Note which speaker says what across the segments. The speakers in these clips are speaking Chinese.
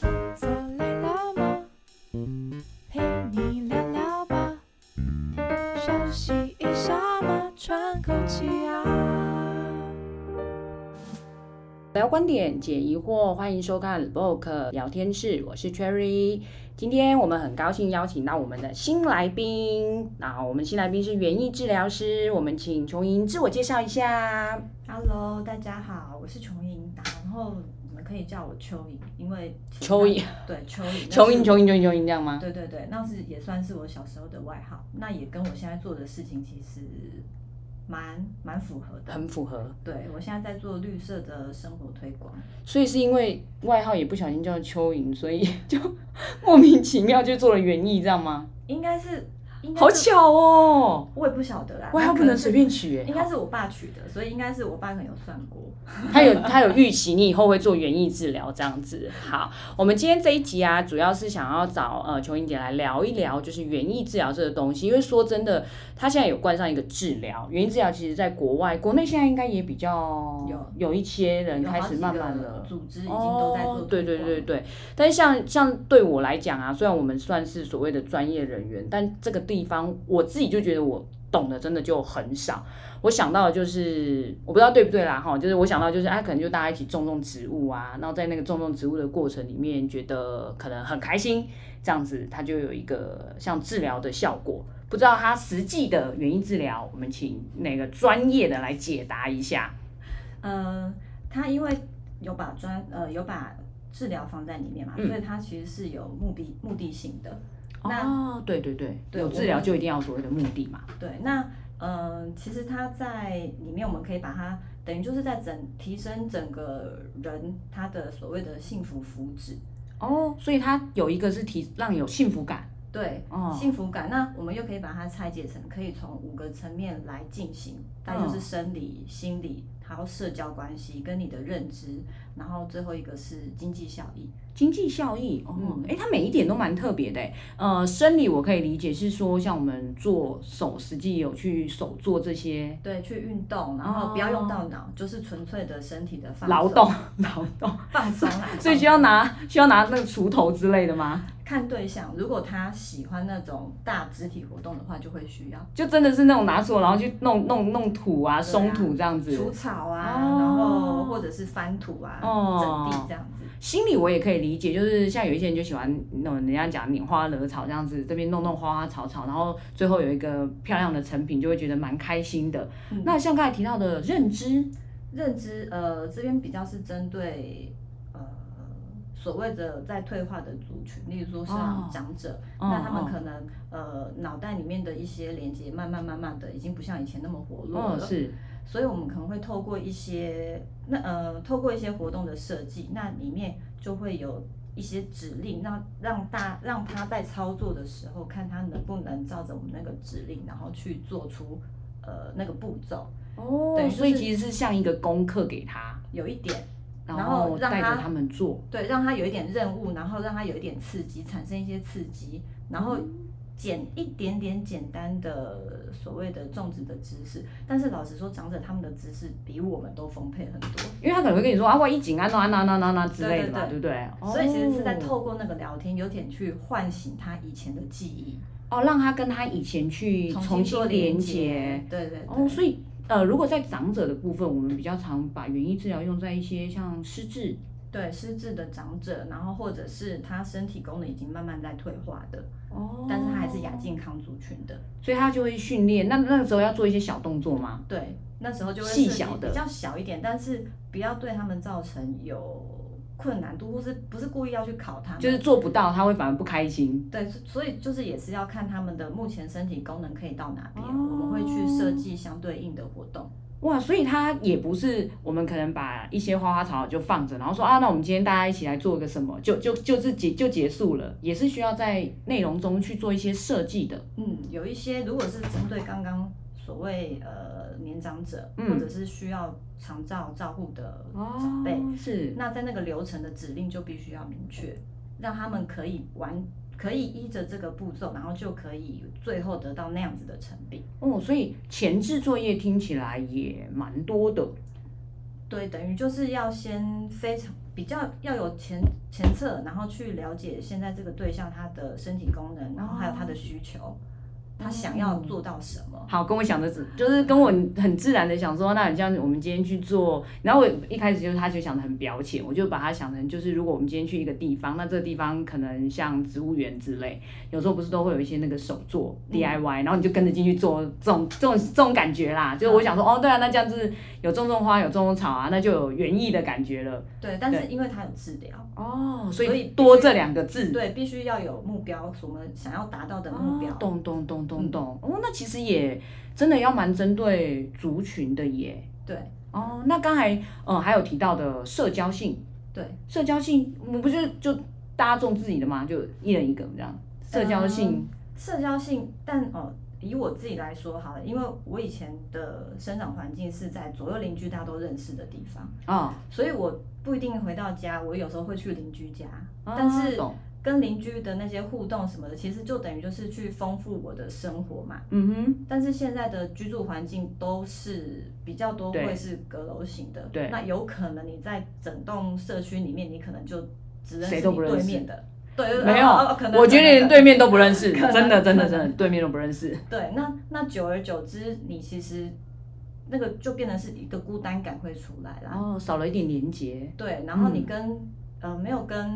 Speaker 1: 坐累了吗？陪你聊聊吧，休息一下嘛，喘口气啊。
Speaker 2: 聊观点，解疑惑，欢迎收看 Vogue 聊天室，我是 Cherry。今天我们很高兴邀请到我们的新来宾，那我们新来宾是园艺治疗师，我们请琼莹自我介绍一下。
Speaker 3: Hello，大家好，我是琼莹，然后你们可以叫我蚯蚓，因为其实
Speaker 2: 蚯蚓
Speaker 3: 那，对蚯 蚓，
Speaker 2: 琼莹，琼
Speaker 3: 那是
Speaker 2: 莹，琼莹，琼莹，这样吗？
Speaker 3: 对对对，那是也算是我小时候的外号，那也跟我现在做的事情其实蛮蛮符合的。
Speaker 2: 很符合，
Speaker 3: 对我现在在做绿色的生活推广，
Speaker 2: 所以是因为外号也不小心叫蚯蚓，所以就 莫名其妙就做了园艺，这样吗？
Speaker 3: 应该是，应该
Speaker 2: 好
Speaker 3: 是，
Speaker 2: 巧哦，
Speaker 3: 我也不晓得啦，
Speaker 2: 外号
Speaker 3: 那
Speaker 2: 不
Speaker 3: 可
Speaker 2: 能
Speaker 3: 是
Speaker 2: 随，便取
Speaker 3: 应
Speaker 2: 诶，
Speaker 3: 该是我爸取的，所以应该是我爸可能有算过。
Speaker 2: 他有他有预期你以后会做园艺治疗这样子。好，我们今天这一集啊，主要是想要找呃琼英姐来聊一聊，就是园艺治疗这个东西。因为说真的，它现在有冠上一个治疗，园艺治疗其实在国外、国内现在应该也比较
Speaker 3: 有
Speaker 2: 有一些人
Speaker 3: 有
Speaker 2: 开
Speaker 3: 好
Speaker 2: 始
Speaker 3: 几
Speaker 2: 慢慢
Speaker 3: 个
Speaker 2: 了。
Speaker 3: 组织已经都在做
Speaker 2: 哦
Speaker 3: 推广、
Speaker 2: 对对对对，但是像像对我来讲啊，虽然我们算是所谓的专业人员，但这个地方我自己就觉得我懂的真的就很少。我想到的就是我不知道对不对啦哈，就是我想到就是哎、可能就大家一起种种植物啊，然后在那个种种植物的过程里面，觉得可能很开心，这样子它就有一个像治疗的效果。不知道它实际的原因治疗，我们请那个专业的来解答一下。
Speaker 3: 呃，他因为有把专呃有把治疗放在里面嘛，
Speaker 2: 嗯
Speaker 3: 所以它其实是有目的目的性的。
Speaker 2: 哦，对对对，
Speaker 3: 对
Speaker 2: 有
Speaker 3: 我
Speaker 2: 治疗
Speaker 3: 们
Speaker 2: 就一定要有所谓的目的嘛。
Speaker 3: 对，那呃，其实它在里面，我们可以把它等于就是在整提升整个人他的所谓的幸福福祉，
Speaker 2: 哦，所以它有一个是提让你有幸福感，
Speaker 3: 对、
Speaker 2: 哦，
Speaker 3: 幸福感。那我们又可以把它拆解成可以从五个层面来进行，它
Speaker 2: 嗯
Speaker 3: 就是生理、心理，还有社交关系跟你的认知，然后最后一个是经济效益。
Speaker 2: 经济效益，哦
Speaker 3: 嗯，
Speaker 2: 哎、它每一点都蛮特别的诶，呃，生理我可以理解是说，像我们做手，实际有去手做这些
Speaker 3: 对，去运动，然后不要用到脑，就是纯粹的身体的放松
Speaker 2: 哦劳动，劳动，
Speaker 3: 放松啊啦。
Speaker 2: 所以需要拿需要拿那个锄头之类的吗？
Speaker 3: 看对象，如果他喜欢那种大肢体活动的话，就会需要
Speaker 2: 就真的是那种拿锄头，然后去弄弄弄土啊，
Speaker 3: 对啊
Speaker 2: 松土这样子。
Speaker 3: 除草啊，
Speaker 2: 哦
Speaker 3: 然后或者是翻土啊，
Speaker 2: 哦
Speaker 3: 整地这样子。
Speaker 2: 心理我也可以理解，就是像有一些人就喜欢那种人家讲拈花惹草这样子，这边弄弄花花草草，然后最后有一个漂亮的成品，就会觉得蛮开心的。
Speaker 3: 嗯
Speaker 2: 那像刚才提到的认知，
Speaker 3: 认知呃，这边比较是针对呃所谓的在退化的族群，例如说
Speaker 2: 哦
Speaker 3: 像长者，那他们
Speaker 2: 哦
Speaker 3: 可能、呃脑袋里面的一些连接慢慢慢慢的已经不像以前那么活络
Speaker 2: 哦
Speaker 3: 了。
Speaker 2: 是
Speaker 3: 所以我们可能会透过一些那呃，透过一些活动的设计，那里面就会有一些指令，让让大让他在操作的时候，看他能不能照着我们那个指令，然后去做出呃那个步骤，
Speaker 2: 哦
Speaker 3: 对
Speaker 2: 所以
Speaker 3: 就是
Speaker 2: 其实是像一个功课给他，
Speaker 3: 有一点
Speaker 2: 然
Speaker 3: 然
Speaker 2: 后
Speaker 3: 后让
Speaker 2: 带着
Speaker 3: 他
Speaker 2: 他们做。
Speaker 3: 对，让他有一点任务，然后让他有一点刺激，产生一些刺激，然后简一点点简单的所谓的种植的知识。但是老实说，长者他们的知识比我们都丰沛很多。
Speaker 2: 因为他可能会跟你说啊，我一紧啊，那啊那那那那之类的嘛，对
Speaker 3: 对
Speaker 2: 不对？
Speaker 3: 所以其实是在
Speaker 2: 哦
Speaker 3: 透过那个聊天，有点去唤醒他以前的记忆，
Speaker 2: 哦，让他跟他以前去重
Speaker 3: 做
Speaker 2: 新连接
Speaker 3: 接。。对对对。
Speaker 2: 哦，所以呃，如果在长者的部分，我们比较常把园艺治疗用在一些像失智，
Speaker 3: 对失智的长者，然后或者是他身体功能已经慢慢在退化的，
Speaker 2: 哦
Speaker 3: 但是他还是亚，健康族群的。
Speaker 2: 所以他就会训练。那那个时候要做一些小动作吗？
Speaker 3: 对，那时候就会
Speaker 2: 细
Speaker 3: 设计
Speaker 2: 小的
Speaker 3: 比较小一点，但是不要对他们造成有困难度，或是不是故意要去考他们。
Speaker 2: 就是做不到，他会反而不开心。
Speaker 3: 对，所所以就是也是要看他们的目前身体功能可以到哪边，
Speaker 2: 哦
Speaker 3: 我们会去设计相对应的活动。
Speaker 2: 哇，所以他也不是我们可能把一些花花草草就放着，然后说啊，那我们今天大家一起来做个什么，就就就是结就结束了，也是需要在内容中去做一些设计的。
Speaker 3: 嗯，有一些如果是针对刚刚所谓呃年长者，
Speaker 2: 嗯
Speaker 3: 或者是需要长照照护的
Speaker 2: 哦
Speaker 3: 长辈，
Speaker 2: 是
Speaker 3: 那在那个流程的指令就必须要明确，让他们可以完，可以依着这个步骤，然后就可以最后得到那样子的成品。
Speaker 2: 哦，所以前置作业听起来也蛮多的。
Speaker 3: 对，等于就是要先非常比较要有前前测，然后去了解现在这个对象他的身体功能，然后还有他的需求，他想要做到什么。
Speaker 2: 好，跟我想的只就是跟我很自然的想说，那很像我们今天去做，然后我一开始就是他就想的很表浅，我就把它想成就是如果我们今天去一个地方，那这个地方可能像植物园之类，有时候不是都会有一些那个手作 DIY，、然后你就跟着进去做这种这种这种感觉啦，就是我想说、哦，对啊，那这样子有种种花，有种种草啊，那就有园艺的感觉了。
Speaker 3: 对，但是因为他有治疗，
Speaker 2: 哦，所
Speaker 3: 所以
Speaker 2: 以多这两个字，
Speaker 3: 对，必须要有目标，我们想要达到的目标。
Speaker 2: 哦懂懂懂懂懂。哦，那其实也真的要蛮针对族群的耶。
Speaker 3: 对。
Speaker 2: 哦，那刚才呃还有提到的社交性，
Speaker 3: 对，
Speaker 2: 社交性，我们不就就大家种自己的嘛，就一人一个这样。社交性，
Speaker 3: 社交性，但哦，以我自己来说好了，因为我以前的生长环境是在左右邻居大家都认识的地方，
Speaker 2: 哦，
Speaker 3: 所以我不一定回到家，我有时候会去邻居家，
Speaker 2: 啊
Speaker 3: 但是
Speaker 2: 懂，
Speaker 3: 跟邻居的那些互动什么的，其实就等于就是去丰富我的生活嘛。
Speaker 2: 嗯哼，
Speaker 3: 但是现在的居住环境都是比较多
Speaker 2: 对
Speaker 3: 会是阁楼型的，
Speaker 2: 对
Speaker 3: 那有可能你在整栋社区里面，你可能就只认识
Speaker 2: 谁
Speaker 3: 你
Speaker 2: 都不认识
Speaker 3: 对面的，对，
Speaker 2: 没有
Speaker 3: 哦哦可能
Speaker 2: 我觉得连
Speaker 3: 可能
Speaker 2: 对面都不认识，
Speaker 3: 可能
Speaker 2: 真的真的
Speaker 3: 可
Speaker 2: 真
Speaker 3: 能
Speaker 2: 的对面都不认识。
Speaker 3: 对，那那久而久之，你其实那个就变成是一个孤单感会出来啦。
Speaker 2: 哦，少了一点连接，
Speaker 3: 对，然后你
Speaker 2: 嗯
Speaker 3: 跟、呃没有跟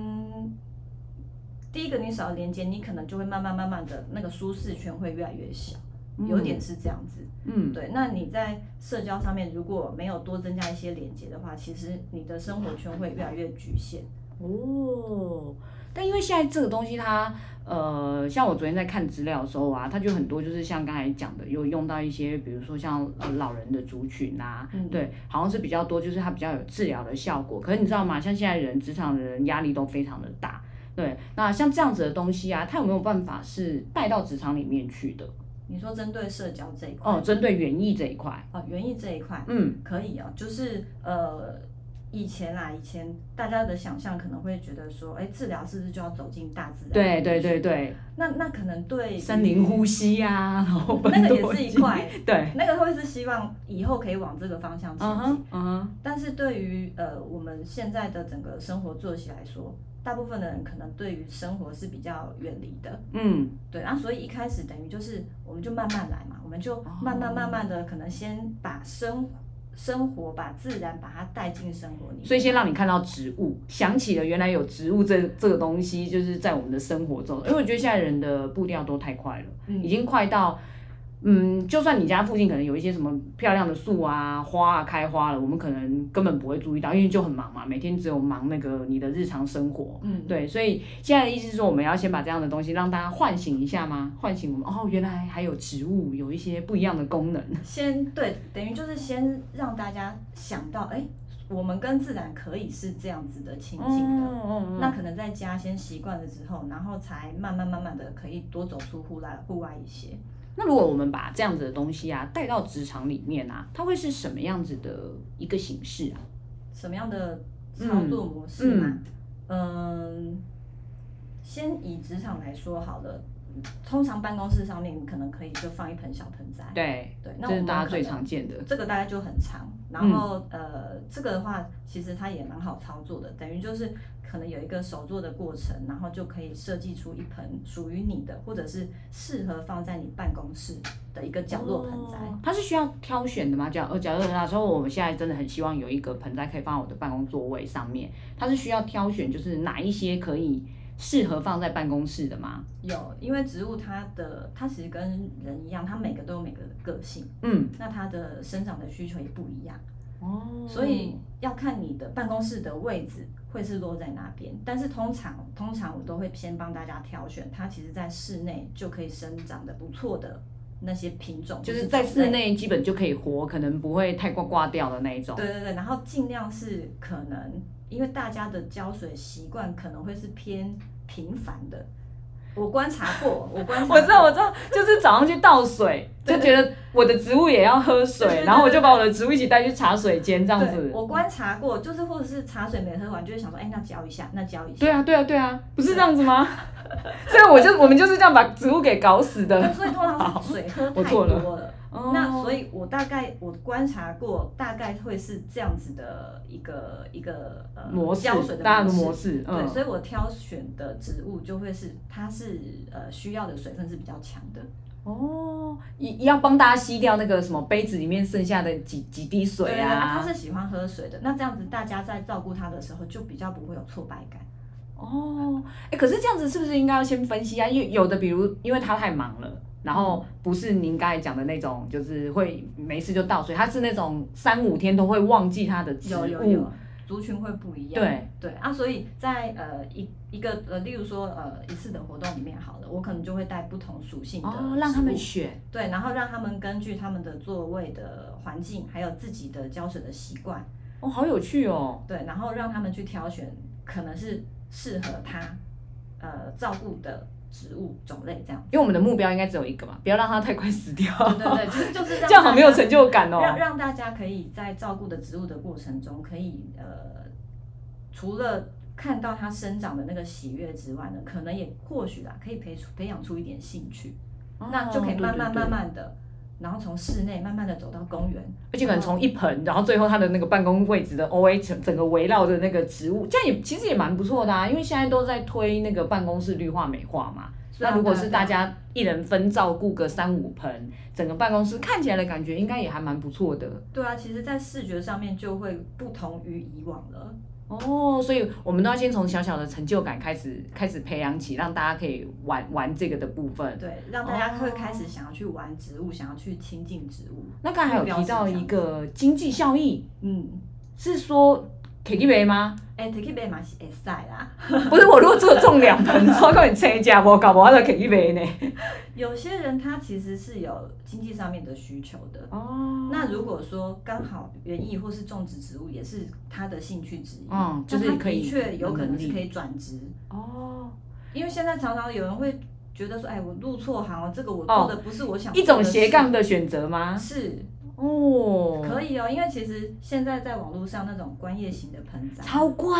Speaker 3: 第一个你少了连接，你可能就会慢慢慢慢的那个舒适圈会越来越小，有点是这样子。
Speaker 2: 嗯，
Speaker 3: 对，那你在社交上面如果没有多增加一些连接的话，其实你的生活圈会越来越局限。
Speaker 2: 哦，但因为现在这个东西它，呃，像我昨天在看资料的时候啊，它就很多就是像刚才讲的，有用到一些，比如说像呃老人的族群啊，
Speaker 3: 嗯
Speaker 2: 对，好像是比较多，就是它比较有治疗的效果。可是你知道吗？像现在人职场的人压力都非常的大，对，那像这样子的东西啊，它有没有办法是带到职场里面去的？
Speaker 3: 你说针对社交这一块，
Speaker 2: 哦，针对园艺这一块，
Speaker 3: 哦，园艺这一块，
Speaker 2: 嗯，
Speaker 3: 可以啊，就是呃，以前啦，以前大家的想象可能会觉得说，哎，治疗是不是就要走进大自然？
Speaker 2: 对对对。对，
Speaker 3: 那那可能对于
Speaker 2: 森林呼吸呀、啊，然后
Speaker 3: 那个
Speaker 2: 本
Speaker 3: 也
Speaker 2: 土
Speaker 3: 是一
Speaker 2: 经济，
Speaker 3: 块，
Speaker 2: 对，
Speaker 3: 那个会是希望以后可以往这个方向
Speaker 2: 嗯
Speaker 3: 前进。
Speaker 2: 哼嗯哼，
Speaker 3: 但是对于呃我们现在的整个生活作息来说，大部分的人可能对于生活是比较远离的。
Speaker 2: 嗯。
Speaker 3: 对，啊，所以一开始等于就是我们就慢慢来嘛，我们
Speaker 2: 哦
Speaker 3: 就慢慢慢慢的可能先把生生活把自然把它带进生活里面。
Speaker 2: 所以先让你看到植物，想起了原来有植物这这个东西，就是在我们的生活中。因为我觉得现在人的步调都太快了，
Speaker 3: 嗯
Speaker 2: 已经快到，嗯，就算你家附近可能有一些什么漂亮的树啊、花啊开花了，我们可能根本不会注意到，因为就很忙嘛，每天只有忙那个你的日常生活。
Speaker 3: 嗯，
Speaker 2: 对，所以现在的意思是说，我们要先把这样的东西让大家唤醒一下吗？唤醒我们哦，原来还有植物有一些不一样的功能。
Speaker 3: 先对，等于就是先让大家想到，哎，我们跟自然可以是这样子的亲近的。
Speaker 2: 嗯
Speaker 3: 那可能在家先习惯了之后，然后才慢慢慢慢的可以多走出户外户外一些。
Speaker 2: 那如果我们把这样子的东西啊带到职场里面啊，它会是什么样子的一个形式啊？
Speaker 3: 什么样的操作模式
Speaker 2: 嗯
Speaker 3: 嘛？嗯，先以职场来说好了。通常办公室上面可能可以就放一盆小盆栽，
Speaker 2: 对，
Speaker 3: 对，那
Speaker 2: 这
Speaker 3: 我
Speaker 2: 是
Speaker 3: 们
Speaker 2: 大家
Speaker 3: 可
Speaker 2: 最
Speaker 3: 能
Speaker 2: 常嗯见的。
Speaker 3: 这个大概就很长，然后、呃，这个的话其实它也蛮好操作的，等于就是可能有一个手做的过程，然后就可以设计出一盆属于你的，或者是适合放在你办公室的一个角落盆栽。
Speaker 2: 哦它是需要挑选的吗？假呃，假如那时候我们现在真的很希望有一个盆栽可以放在我的办公座位上面，它是需要挑选，就是哪一些可以适合放在办公室的吗？
Speaker 3: 有，因为植物它的它其实跟人一样，它每个都有每个的个性，
Speaker 2: 嗯，
Speaker 3: 那它的生长的需求也不一样，
Speaker 2: 哦，
Speaker 3: 所以要看你的办公室的位置会是落在哪边。但是通常通常我都会先帮大家挑选，它其实在室内就可以生长的不错的那些品种，
Speaker 2: 就是
Speaker 3: 或
Speaker 2: 在
Speaker 3: 种
Speaker 2: 室
Speaker 3: 类。
Speaker 2: 内基本就可以活，可能不会太挂挂掉的那一种。
Speaker 3: 对对对，然后尽量是可能，因为大家的浇水习惯可能会是偏频繁的。我观察过，我 观察过，
Speaker 2: 我知道，我知道，就是早上去倒水，就觉得我的植物也要喝
Speaker 3: 对
Speaker 2: 水，
Speaker 3: 对
Speaker 2: 然后我就把我的植物一起带去茶水间这样
Speaker 3: 对，
Speaker 2: 子。
Speaker 3: 我观察过，就是或者是茶水没喝完，就会想说，哎、那浇一下，那浇一下。
Speaker 2: 对啊，对啊，对啊，不是这样子 吗？所以我就我们就是这样把植物给搞死
Speaker 3: 那
Speaker 2: 的。
Speaker 3: 所以通常是水喝
Speaker 2: 我
Speaker 3: 太
Speaker 2: 错
Speaker 3: 多
Speaker 2: 了
Speaker 3: 了，
Speaker 2: 哦
Speaker 3: 那所以，我大概我观察过，大概会是这样子的一个一个呃
Speaker 2: 模式
Speaker 3: 标准，
Speaker 2: 大家
Speaker 3: 的
Speaker 2: 的模
Speaker 3: 模式。
Speaker 2: 式，
Speaker 3: 对，
Speaker 2: 嗯，
Speaker 3: 所以我挑选的植物就会是它是呃需要的水分是比较强的。
Speaker 2: 哦，一要帮大家吸掉那个什么杯子里面剩下的几几滴水
Speaker 3: 对
Speaker 2: 啊
Speaker 3: 它，是喜欢喝水的。那这样子大家在照顾它的时候就比较不会有挫败感。
Speaker 2: 哦，哎，可是这样子是不是应该要先分析啊？因为有的，比如因为他太忙了，然后不是您刚才讲的那种，就是会没事就倒水，他是那种三五天都会忘记他的植物，
Speaker 3: 有有有，族群会不一样。
Speaker 2: 对，
Speaker 3: 对啊，所以在呃一一个呃，例如说呃一次的活动里面好了，我可能就会带不同属性的
Speaker 2: 哦，让他们
Speaker 3: 植物
Speaker 2: 选，
Speaker 3: 对，然后让他们根据他们的座位的环境，还有自己的浇水的习惯，
Speaker 2: 哦，好有趣哦，
Speaker 3: 对，然后让他们去挑选可能是适合他呃照顾的植物种类这样。
Speaker 2: 因为我们的目标应该只有一个嘛，不要让它太快死掉，
Speaker 3: 对对对，就是就是让
Speaker 2: 这样好
Speaker 3: 大
Speaker 2: 没有
Speaker 3: 家
Speaker 2: 成就感哦。
Speaker 3: 让让大家可以在照顾的植物的过程中，可以呃，除了看到它生长的那个喜悦之外呢，可能也或许啦，可以培出培养出一点兴趣，
Speaker 2: 哦
Speaker 3: 那就可以慢慢慢
Speaker 2: 慢，
Speaker 3: 慢的，然后从室内慢慢的走到公园，
Speaker 2: 而且可能从一盆，然后最后他的那个办公位置的 O A 整整个围绕着那个植物，这样也其实也蛮不错的啊，因为现在都在推那个办公室绿化美化嘛。
Speaker 3: 是啊
Speaker 2: 那如果
Speaker 3: 对啊
Speaker 2: 是
Speaker 3: 对啊
Speaker 2: 大家一人分照顾个三五盆，整个办公室看起来的感觉应该也还蛮不错的
Speaker 3: 对啊，其实，在视觉上面就会不同于以往了。
Speaker 2: 哦。所以我们都要先从小小的成就感开始开始培养起，让大家可以玩玩这个的部分。
Speaker 3: 对，让大家会
Speaker 2: 哦
Speaker 3: 开始想要去玩植物，想要去亲近植物。
Speaker 2: 那刚才有提到一个经济效益，
Speaker 3: 嗯，
Speaker 2: 是说 K T V 吗？
Speaker 3: 哎、t a k e it back 嘛是会赛啦。
Speaker 2: 不是，我如果只有中两盆，我跟你参加，我搞不好就 K T V 呢。
Speaker 3: 有些人他其实是有经济上面的需求的。
Speaker 2: 哦
Speaker 3: 那如果说刚好园艺或是种植植物也是他的兴趣之一，
Speaker 2: 嗯
Speaker 3: 那
Speaker 2: 就是
Speaker 3: 他
Speaker 2: 可以
Speaker 3: 的确有可能
Speaker 2: 能
Speaker 3: 是
Speaker 2: 力
Speaker 3: 可以转职，
Speaker 2: 哦，
Speaker 3: 因为现在常常有人会觉得说，哎，我入错行了，这个我
Speaker 2: 哦
Speaker 3: 做的不是我想
Speaker 2: 一
Speaker 3: 做
Speaker 2: 种
Speaker 3: 的事
Speaker 2: 斜杠的选择吗？
Speaker 3: 是
Speaker 2: 哦，
Speaker 3: 可以哦，因为其实现在在网络上那种观叶型的盆栽，
Speaker 2: 超贵，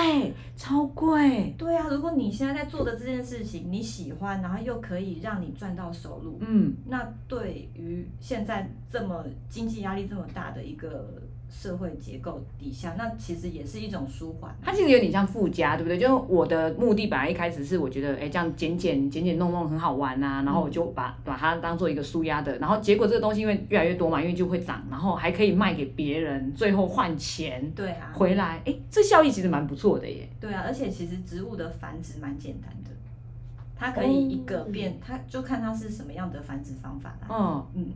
Speaker 2: 超贵。
Speaker 3: 对啊，如果你现在在做的这件事情你喜欢，然后又可以让你赚到收入，
Speaker 2: 嗯，
Speaker 3: 那对于现在这么经济压力这么大的一个社会结构底下，那其实也是一种舒缓。啊
Speaker 2: 它其实有点像附加，对不对？就是我的目的本来一开始是我觉得，哎，这样剪剪剪剪弄弄很好玩啊，然后我就把把它当做一个舒压的，然后结果这个东西因为越来越多嘛，因为就会涨，然后还可以卖给别人，最后换钱
Speaker 3: 对啊，
Speaker 2: 回来，哎，这效益其实蛮不错的耶。
Speaker 3: 对啊，而且其实植物的繁殖蛮简单的，它可以一个变，它就看它是什么样的繁殖方法啦。
Speaker 2: 嗯，
Speaker 3: 嗯，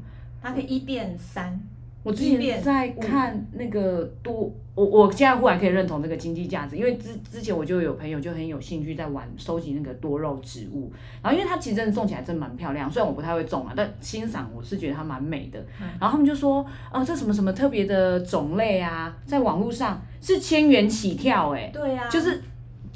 Speaker 3: 它可以一变三，
Speaker 2: 我之前在
Speaker 3: 嗯
Speaker 2: 看那个多，我我现在忽然可以认同这个经济价值，因为之之前我就有朋友就很有兴趣在玩收集那个多肉植物，然后因为它其实真的种起来真的蛮漂亮，虽然我不太会种啊，但欣赏我是觉得它蛮美的。
Speaker 3: 嗯
Speaker 2: 然后他们就说，呃，这什么什么特别的种类啊，在网络上是千元起跳、欸，
Speaker 3: 对啊，
Speaker 2: 就是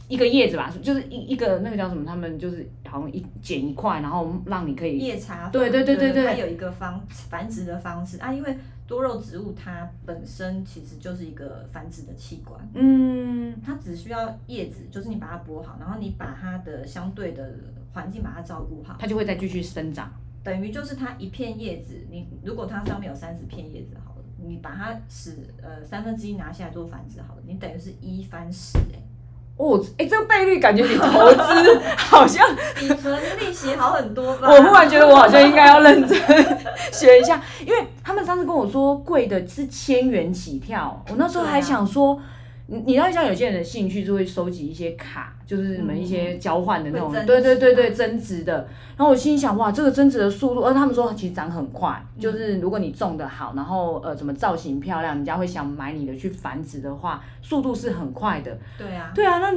Speaker 2: 一个叶子吧，就是一一个那个叫什么，他们就是好像一剪一块，然后让你可以
Speaker 3: 叶茶法，
Speaker 2: 对对对对
Speaker 3: 对
Speaker 2: 对
Speaker 3: 它有一个方繁殖的方式啊，因为多肉植物它本身其实就是一个繁殖的器官。
Speaker 2: 嗯。
Speaker 3: 它只需要叶子，就是你把它剥好，然后你把它的相对的环境把它照顾好，
Speaker 2: 它就会再继续生长，
Speaker 3: 等于就是它一片叶子，你如果它上面有三十片叶子好了，你把它使呃三分之一拿下来做繁殖好了，你等于是一翻十哎、
Speaker 2: 哦，哎、这个倍率感觉比投 资好像，
Speaker 3: 比存利息好很多吧？
Speaker 2: 我忽然觉得我好像应该要认真 学一下，因为他们上次跟我说贵的是千元起跳，我那时候
Speaker 3: 啊
Speaker 2: 还想说，你你知道像有些人的兴趣就会收集一些卡，就是什么一些交换的那种，
Speaker 3: 嗯会增值
Speaker 2: 对对对对，增值的。然后我心里想，哇，这个增值的速度，而他们说其实长很快，
Speaker 3: 嗯
Speaker 2: 就是如果你种的好，然后呃怎么造型漂亮，人家会想买你的去繁殖的话，速度是很快的。
Speaker 3: 对啊，
Speaker 2: 对啊，那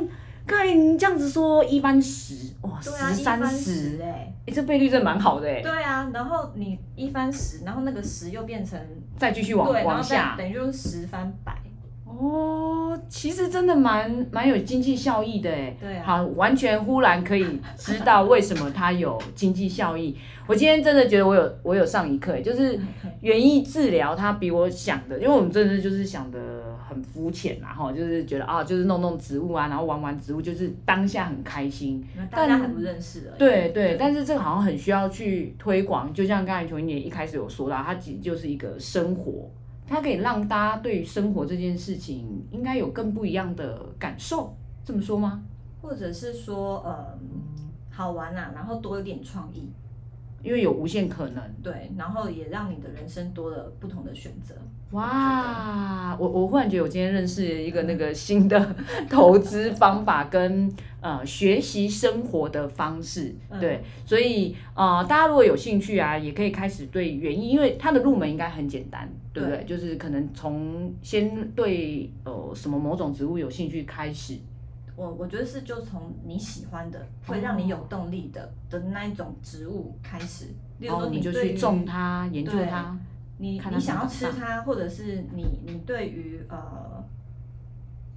Speaker 2: 刚才你这样子说一般十，哇，
Speaker 3: 对啊，
Speaker 2: 十
Speaker 3: 一
Speaker 2: 三
Speaker 3: 翻
Speaker 2: 十，
Speaker 3: 十哎，
Speaker 2: 哎，这倍率真的蛮好的哎，
Speaker 3: 对啊，然后你一翻十，然后那个十又变成
Speaker 2: 再继续往
Speaker 3: 对，然
Speaker 2: 往
Speaker 3: 后再
Speaker 2: 下，
Speaker 3: 等于就是十翻百，
Speaker 2: 哦，其实真的蛮蛮有经济效益的哎。
Speaker 3: 对啊，
Speaker 2: 好，完全忽然可以知道为什么它有经济效益。我今天真的觉得我有我有上一课耶，就是园艺治疗，它比我想的，因为我们真的就是想的很肤浅啦，然后就是觉得啊，就是弄弄植物啊，然后玩玩植物，就是当下很开心。
Speaker 3: 大家还不认识而已。
Speaker 2: 对对，但是这个好像很需要去推广，就像刚才球英姐一开始有说到，它其实就是一个生活，它可以让大家对于生活这件事情应该有更不一样的感受，这么说吗？
Speaker 3: 或者是说，呃，好玩啦、然后多一点创意，
Speaker 2: 因为有无限可能。
Speaker 3: 对，然后也让你的人生多了不同的选择。
Speaker 2: 哇，我我忽然觉得我今天认识一
Speaker 3: 嗯
Speaker 2: 个那个新的投资方法跟呃学习生活的方式，
Speaker 3: 嗯
Speaker 2: 对，所以呃大家如果有兴趣啊，也可以开始对园艺，因为它的入门应该很简单，对不对？就是可能从先对呃什么某种植物有兴趣开始，
Speaker 3: 我我觉得是就从你喜欢的，
Speaker 2: 哦
Speaker 3: 会让你有动力的的那一种植物开始，例
Speaker 2: 然
Speaker 3: 如
Speaker 2: 后
Speaker 3: 说
Speaker 2: 我
Speaker 3: 你
Speaker 2: 们哦就
Speaker 3: 对于
Speaker 2: 去种它、研究
Speaker 3: 对
Speaker 2: 它，
Speaker 3: 你
Speaker 2: 看它
Speaker 3: 你想要
Speaker 2: 长
Speaker 3: 吃
Speaker 2: 大
Speaker 3: 它，或者是你你对于呃，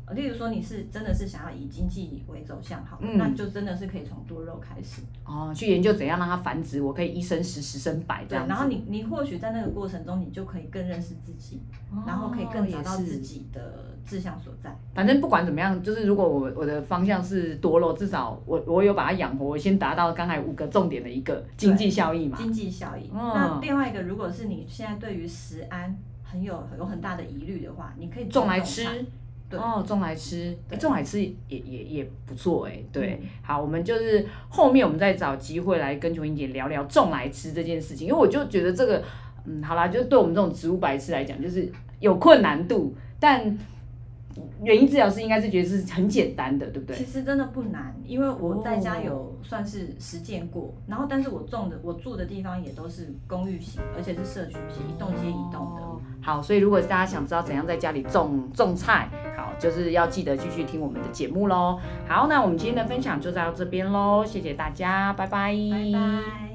Speaker 3: 呃例如说你是真的是想要以经济为走向好了，
Speaker 2: 嗯
Speaker 3: 那就真的是可以从多肉开始。
Speaker 2: 哦，去研究怎样让它繁殖，我可以一生十，十生百这
Speaker 3: 对，
Speaker 2: 样子。
Speaker 3: 然后你你或许在那个过程中，你就可以更认识自己，然后可以
Speaker 2: 哦
Speaker 3: 更
Speaker 2: 也
Speaker 3: 找到
Speaker 2: 是
Speaker 3: 自己的志向所在。
Speaker 2: 反正不管怎么样，就是如果我我的方向是多肉，至少我我有把它养活，我先达到刚才五个重点的一个经济效益嘛。
Speaker 3: 经济效益。
Speaker 2: 嗯
Speaker 3: 那另外一个，如果是你现在对于食安很有有很大的疑虑的话，你可以
Speaker 2: 种来
Speaker 3: 它
Speaker 2: 吃，
Speaker 3: 对
Speaker 2: 哦，种来吃，诶
Speaker 3: 对嗯
Speaker 2: 种来吃也也也不错哎、对。好，我们就是后面我们再找机会来跟琼英姐聊聊种来吃这件事情，因为我就觉得这个，嗯，好啦，就对我们这种植物白痴来讲，就是有困难度，但原因治疗师应该是觉得是很简单的，对不对
Speaker 3: 其？实真的不难，因为我在
Speaker 2: 哦
Speaker 3: 家有算是实践过，然后但是我种的我住的地方也都是公寓型，而且是社区型，一栋接一栋的。
Speaker 2: 哦好，所以如果大家想知道怎样在家里种种菜，好，就是要记得继续听我们的节目喽。好，那我们今天的分享就到这边喽，谢谢大家，拜拜
Speaker 3: 拜拜。